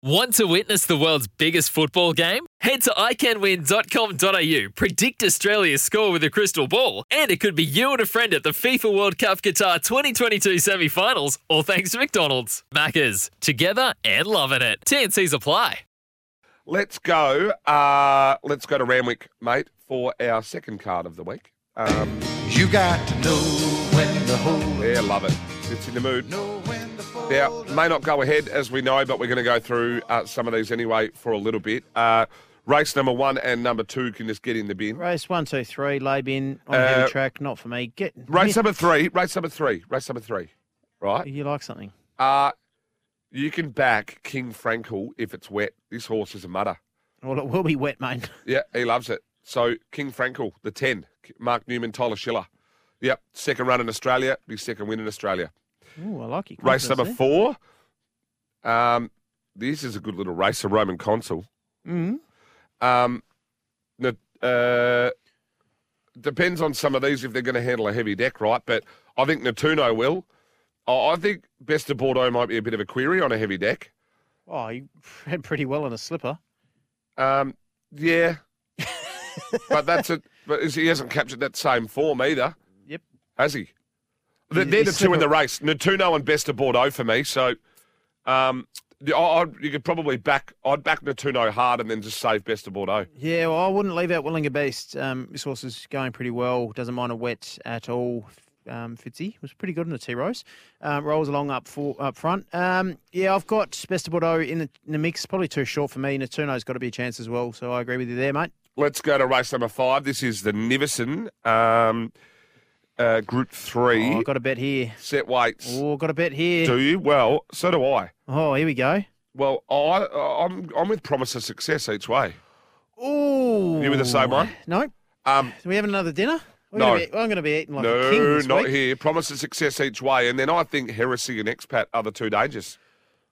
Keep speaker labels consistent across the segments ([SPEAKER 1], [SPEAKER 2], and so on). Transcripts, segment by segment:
[SPEAKER 1] Want to witness the world's biggest football game? Head to iCanWin.com.au, predict Australia's score with a crystal ball, and it could be you and a friend at the FIFA World Cup Qatar 2022 semi finals, all thanks to McDonald's. Maccas, together and loving it. TNCs apply.
[SPEAKER 2] Let's go. Uh, let's go to Ramwick, mate, for our second card of the week. Um,
[SPEAKER 3] You got to know when to hold it.
[SPEAKER 2] yeah, love it. It's in the mood.
[SPEAKER 3] Know when to fold
[SPEAKER 2] Now,
[SPEAKER 3] it.
[SPEAKER 2] may not go ahead as we know, but we're going to go through uh, some of these anyway for a little bit. Uh, race number one and number two can just get in the bin.
[SPEAKER 4] Race one, two, three, lay bin on a
[SPEAKER 2] Uh,
[SPEAKER 4] heavy track, not for me. Get
[SPEAKER 2] Race number three. Race number three. Race number three. Right.
[SPEAKER 4] You like something?
[SPEAKER 2] Uh, you can back King Frankel if it's wet. This horse is a mutter.
[SPEAKER 4] Well, it will be wet, mate.
[SPEAKER 2] Yeah, he loves it. So King Frankel, the ten, Mark Newman, Tyler Schiller. Yep, second run in Australia, big second win in Australia.
[SPEAKER 4] Ooh, I like it.
[SPEAKER 2] Race number four. Um, this is a good little race, a Roman consul.
[SPEAKER 4] Mm-hmm.
[SPEAKER 2] Um, the, uh, depends on some of these if they're going to handle a heavy deck, right? But I think Natuno will. I I think Best of Bordeaux might be a bit of a query on a heavy deck.
[SPEAKER 4] Oh, you ran pretty well on a slipper.
[SPEAKER 2] Um, yeah, but that's it. But is- he hasn't captured that same form either.
[SPEAKER 4] Yep.
[SPEAKER 2] Has he? They're,
[SPEAKER 4] He's-
[SPEAKER 2] they're the
[SPEAKER 4] he's
[SPEAKER 2] two in the
[SPEAKER 4] separate.
[SPEAKER 2] race. Natuno and Best of Bordeaux for me. So, um, I, I, you could probably back. I'd back Natuno hard and then just save Best of Bordeaux.
[SPEAKER 4] Yeah, well, I wouldn't leave out Willinger Beast. Um, this horse is going pretty well. Doesn't mind a wet at all. Um, Fitzy was pretty good in the T Rose. Um, rolls along up for, up front. Um, yeah, I've got Best of Bordeaux in the, in the mix. Probably too short for me. Natuno's got to be a chance as well. So I agree with you there, mate.
[SPEAKER 2] Let's go to race number five. This is the Nivison um, uh, Group Three
[SPEAKER 4] Oh, I've got a bet here.
[SPEAKER 2] set weights.
[SPEAKER 4] Oh, got a bet here.
[SPEAKER 2] Do you? Well, so do I.
[SPEAKER 4] Oh, here we go.
[SPEAKER 2] Well, I, I'm I'm with promise of success each way.
[SPEAKER 4] Ooh.
[SPEAKER 2] You were the same one?
[SPEAKER 4] No. Do
[SPEAKER 2] Um,
[SPEAKER 4] we have another dinner? We're
[SPEAKER 2] No.
[SPEAKER 4] Gonna be, I'm going to be eating like a king
[SPEAKER 2] no,
[SPEAKER 4] this
[SPEAKER 2] not
[SPEAKER 4] week.
[SPEAKER 2] here. Promise of success each way, and then I think heresy and expat are the two dangers.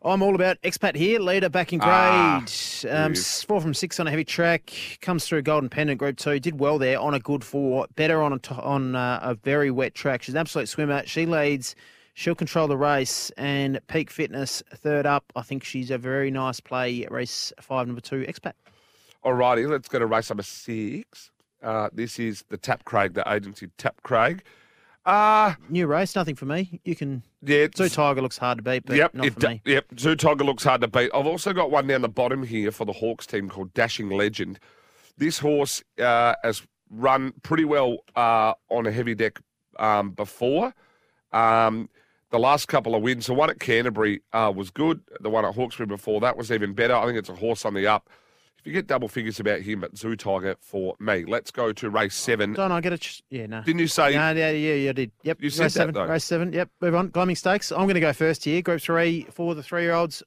[SPEAKER 4] I'm all about expat here, leader back in grade.
[SPEAKER 2] Ah,
[SPEAKER 4] um,
[SPEAKER 2] yes.
[SPEAKER 4] s- four from six on a heavy track, comes through Golden Pendant Group Two. Did well there on a good four, better on a t- on uh, a very wet track. She's an absolute swimmer. She leads. She'll control the race and peak fitness third up. I think she's a very nice play. Race five, number two, expat.
[SPEAKER 2] Alrighty, let's go to race number six. Uh, this is the Tap Craig, the agency Tap Craig. Uh,
[SPEAKER 4] New race, nothing for me. You can.
[SPEAKER 2] yeah, it's-
[SPEAKER 4] Zoo Tiger looks hard to beat, but
[SPEAKER 2] yep,
[SPEAKER 4] not
[SPEAKER 2] it
[SPEAKER 4] for
[SPEAKER 2] do-
[SPEAKER 4] me.
[SPEAKER 2] yep. Zootoga looks hard to beat. I've also got one down the bottom here for the Hawks team called Dashing Legend. This horse uh, has run pretty well uh, on a heavy deck um, before. Um, the last couple of wins, the one at Canterbury uh, was good. The one at Hawkesbury before that was even better. I think it's a horse on the up. If you get double figures about him, but Zoo Tiger for me. Let's go to race seven.
[SPEAKER 4] Don't I get a? Ch- yeah, no.
[SPEAKER 2] Didn't you say?
[SPEAKER 4] No, yeah, yeah, yeah, I did. Yep.
[SPEAKER 2] You
[SPEAKER 4] race
[SPEAKER 2] said that,
[SPEAKER 4] seven,
[SPEAKER 2] though.
[SPEAKER 4] race seven. Yep. Move on. Climbing stakes. I'm going to go first here. Group three for the three-year-olds.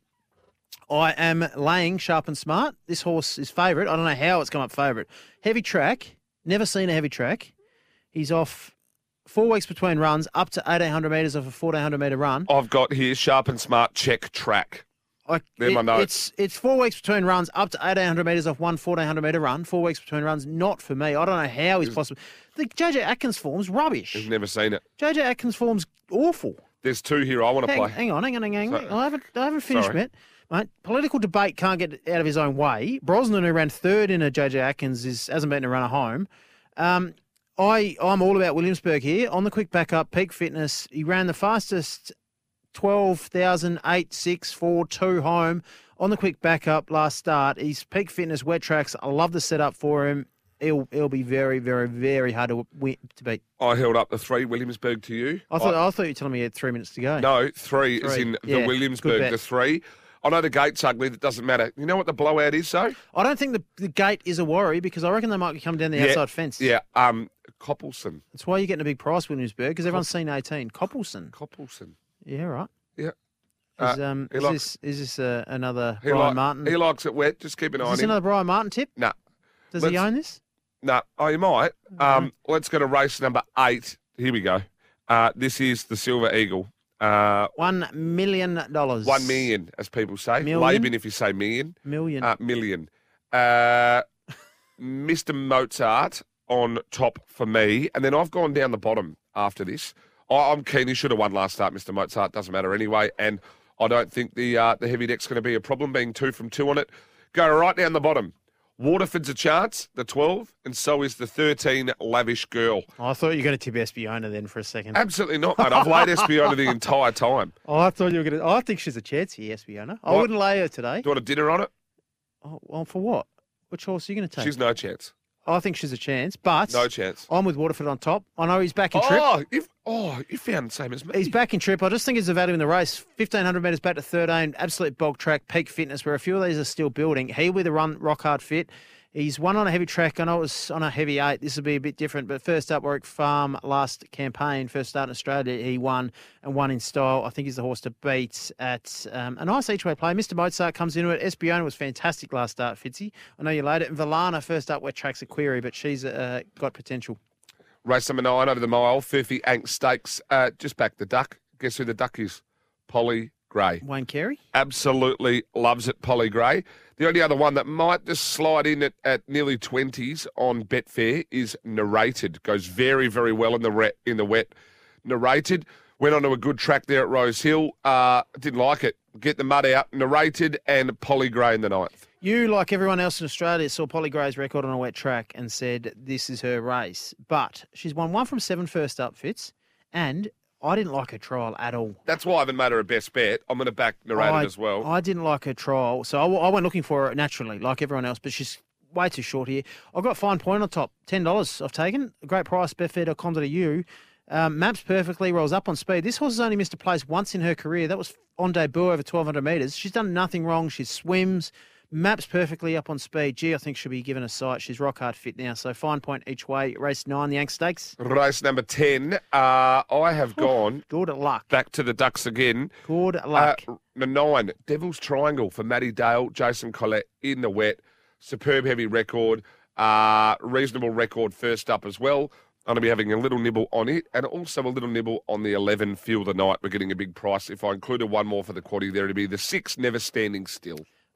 [SPEAKER 4] I am laying sharp and smart. This horse is favourite. I don't know how it's come up favourite. Heavy track. Never seen a heavy track. He's off four weeks between runs, up to 1,800 metres of a 1,400 metre run.
[SPEAKER 2] I've got here sharp and smart check track.
[SPEAKER 4] I,
[SPEAKER 2] Oh, They're my notes.
[SPEAKER 4] It's it's four weeks between runs, up to 1,800 metres off one 1,400 metre run. Four weeks between runs, not for me. I don't know how he's possible. The JJ Atkins form's rubbish.
[SPEAKER 2] Never seen it.
[SPEAKER 4] JJ Atkins form's awful.
[SPEAKER 2] There's two here I want to
[SPEAKER 4] Hang,
[SPEAKER 2] play.
[SPEAKER 4] hang on, hang on, hang on. hang on.
[SPEAKER 2] Sorry.
[SPEAKER 4] I haven't, I haven't finished,
[SPEAKER 2] Sorry.
[SPEAKER 4] mate. Mate, political debate can't get out of his own way. Brosnan, who ran third in a JJ Atkins, is hasn't beaten a runner home. Um, I, I'm all about Williamsburg here on the quick backup, peak fitness. He ran the fastest 12,8642 home on the quick backup last start. He's peak fitness, wet tracks. I love the setup for him. He'll, he'll be very, very, very hard to, win, to beat.
[SPEAKER 2] I held up the three Williamsburg to you.
[SPEAKER 4] I thought, I, thought you were telling me he had three minutes to go.
[SPEAKER 2] no, three, is
[SPEAKER 4] Three.
[SPEAKER 2] in
[SPEAKER 4] Yeah,
[SPEAKER 2] the
[SPEAKER 4] good
[SPEAKER 2] Williamsburg,
[SPEAKER 4] bet.
[SPEAKER 2] the three. I know the gate's ugly, that doesn't matter. You know what the blowout is, though?
[SPEAKER 4] I don't think the, the gate is a worry because I reckon they might come down the
[SPEAKER 2] Yeah,
[SPEAKER 4] outside fence.
[SPEAKER 2] Yeah, um, Coppelson.
[SPEAKER 4] That's why you're getting a big price, Williamsburg, because everyone's seen 18. Coppelson.
[SPEAKER 2] Coppelson.
[SPEAKER 4] Yeah, right.
[SPEAKER 2] Yeah. Uh,
[SPEAKER 4] Is, um,
[SPEAKER 2] he
[SPEAKER 4] is
[SPEAKER 2] likes-
[SPEAKER 4] this, is this uh, another
[SPEAKER 2] He,
[SPEAKER 4] Brian
[SPEAKER 2] like-
[SPEAKER 4] Martin?
[SPEAKER 2] he likes it wet. Just keep an eye
[SPEAKER 4] is
[SPEAKER 2] on
[SPEAKER 4] this
[SPEAKER 2] him.
[SPEAKER 4] another Brian Martin tip?
[SPEAKER 2] Nah,
[SPEAKER 4] Does he
[SPEAKER 2] Let's-
[SPEAKER 4] own this?
[SPEAKER 2] nah. Oh, you might. Um, let's go to race number eight. Here we go. Uh, this is the Silver Eagle. Uh,
[SPEAKER 4] One million dollars.
[SPEAKER 2] one million, as people say.
[SPEAKER 4] Million?
[SPEAKER 2] Laban, if you say million.
[SPEAKER 4] Million.
[SPEAKER 2] Uh, million. Uh, Mr. Mozart on top for me, and then I've gone down the bottom after this. I, I'm keen. He should have won last start, Mr. Mozart. Doesn't matter anyway. And I don't think the uh, the heavy deck's going to be a problem. Being two from two on it, go right down the bottom. Waterford's a chance, the 12, and so is the 13, Lavish Girl.
[SPEAKER 4] Oh, I thought you were going to tip Espiona then for a second.
[SPEAKER 2] Absolutely not, mate. I've laid Espiona the entire time.
[SPEAKER 4] Oh, I thought you were going to. I think she's a chance here, Espiona. I
[SPEAKER 2] What?
[SPEAKER 4] wouldn't lay her today.
[SPEAKER 2] Do you want a dinner on it?
[SPEAKER 4] Oh, well, for what? Which horse are you going to take?
[SPEAKER 2] She's no chance.
[SPEAKER 4] I think she's a chance, but
[SPEAKER 2] No chance.
[SPEAKER 4] I'm with Waterford on top. I know he's back in trip.
[SPEAKER 2] Oh, if, oh, you found the same as me.
[SPEAKER 4] He's back in trip. I just think it's a value in the race. 1,500 metres back to 13, absolute bulk track, peak fitness, where a few of these are still building. He with a run, rock hard fit. He's won on a heavy track. I know it was on a heavy eight. This will be a bit different, but first up, Warwick Farm, last campaign, first start in Australia, he won and won in style. I think he's the horse to beat at um, a nice each way play. Mr. Mozart comes into it. Espiona was fantastic last start, Fitzy. I know you laid it. And Valana, first up, where track's a query, but she's uh, got potential.
[SPEAKER 2] Race number nine over the mile, Furphy Ank Stakes. Uh, just back the duck. Guess who the duck is? Polly Gray.
[SPEAKER 4] Wayne Carey?
[SPEAKER 2] Absolutely loves it, Polly Gray. The only other one that might just slide in at, at nearly 20s on Betfair is Narrated. Goes very, very well in the, re- in the wet. Narrated. Went onto a good track there at Rose Hill. Uh, didn't like it. Get the mud out. Narrated and Polly Gray in the ninth.
[SPEAKER 4] You, like everyone else in Australia, saw Polly Gray's record on a wet track and said, This is her race. But she's won one from seven first up fits, and I didn't like her trial at all.
[SPEAKER 2] That's why I haven't made her a best bet. I'm going to back Narrated
[SPEAKER 4] I,
[SPEAKER 2] as well.
[SPEAKER 4] I didn't like her trial, so I, w- I went looking for her naturally, like everyone else, but she's way too short here. I've got fine point on top, $10 I've taken. A great price, betfair.com.au. Um, maps perfectly, rolls up on speed. This horse has only missed a place once in her career. That was on debut over 1,200 metres. She's done nothing wrong. She swims, maps perfectly up on speed. Gee, I think she'll be given a sight. She's rock hard fit now, so fine point each way. Race nine, the Ank Stakes.
[SPEAKER 2] Race number 10. Uh, I have gone
[SPEAKER 4] Good luck.
[SPEAKER 2] back to the Ducks again.
[SPEAKER 4] Good luck.
[SPEAKER 2] Uh, the nine, Devil's Triangle for Matty Dale, Jason Collette in the wet. Superb heavy record, uh, reasonable record first up as well. I'm going to be having a little nibble on it and also a little nibble on the 11 Feel the Night. We're getting a big price. If I included one more for the quaddy, there would be the six Never Standing Still.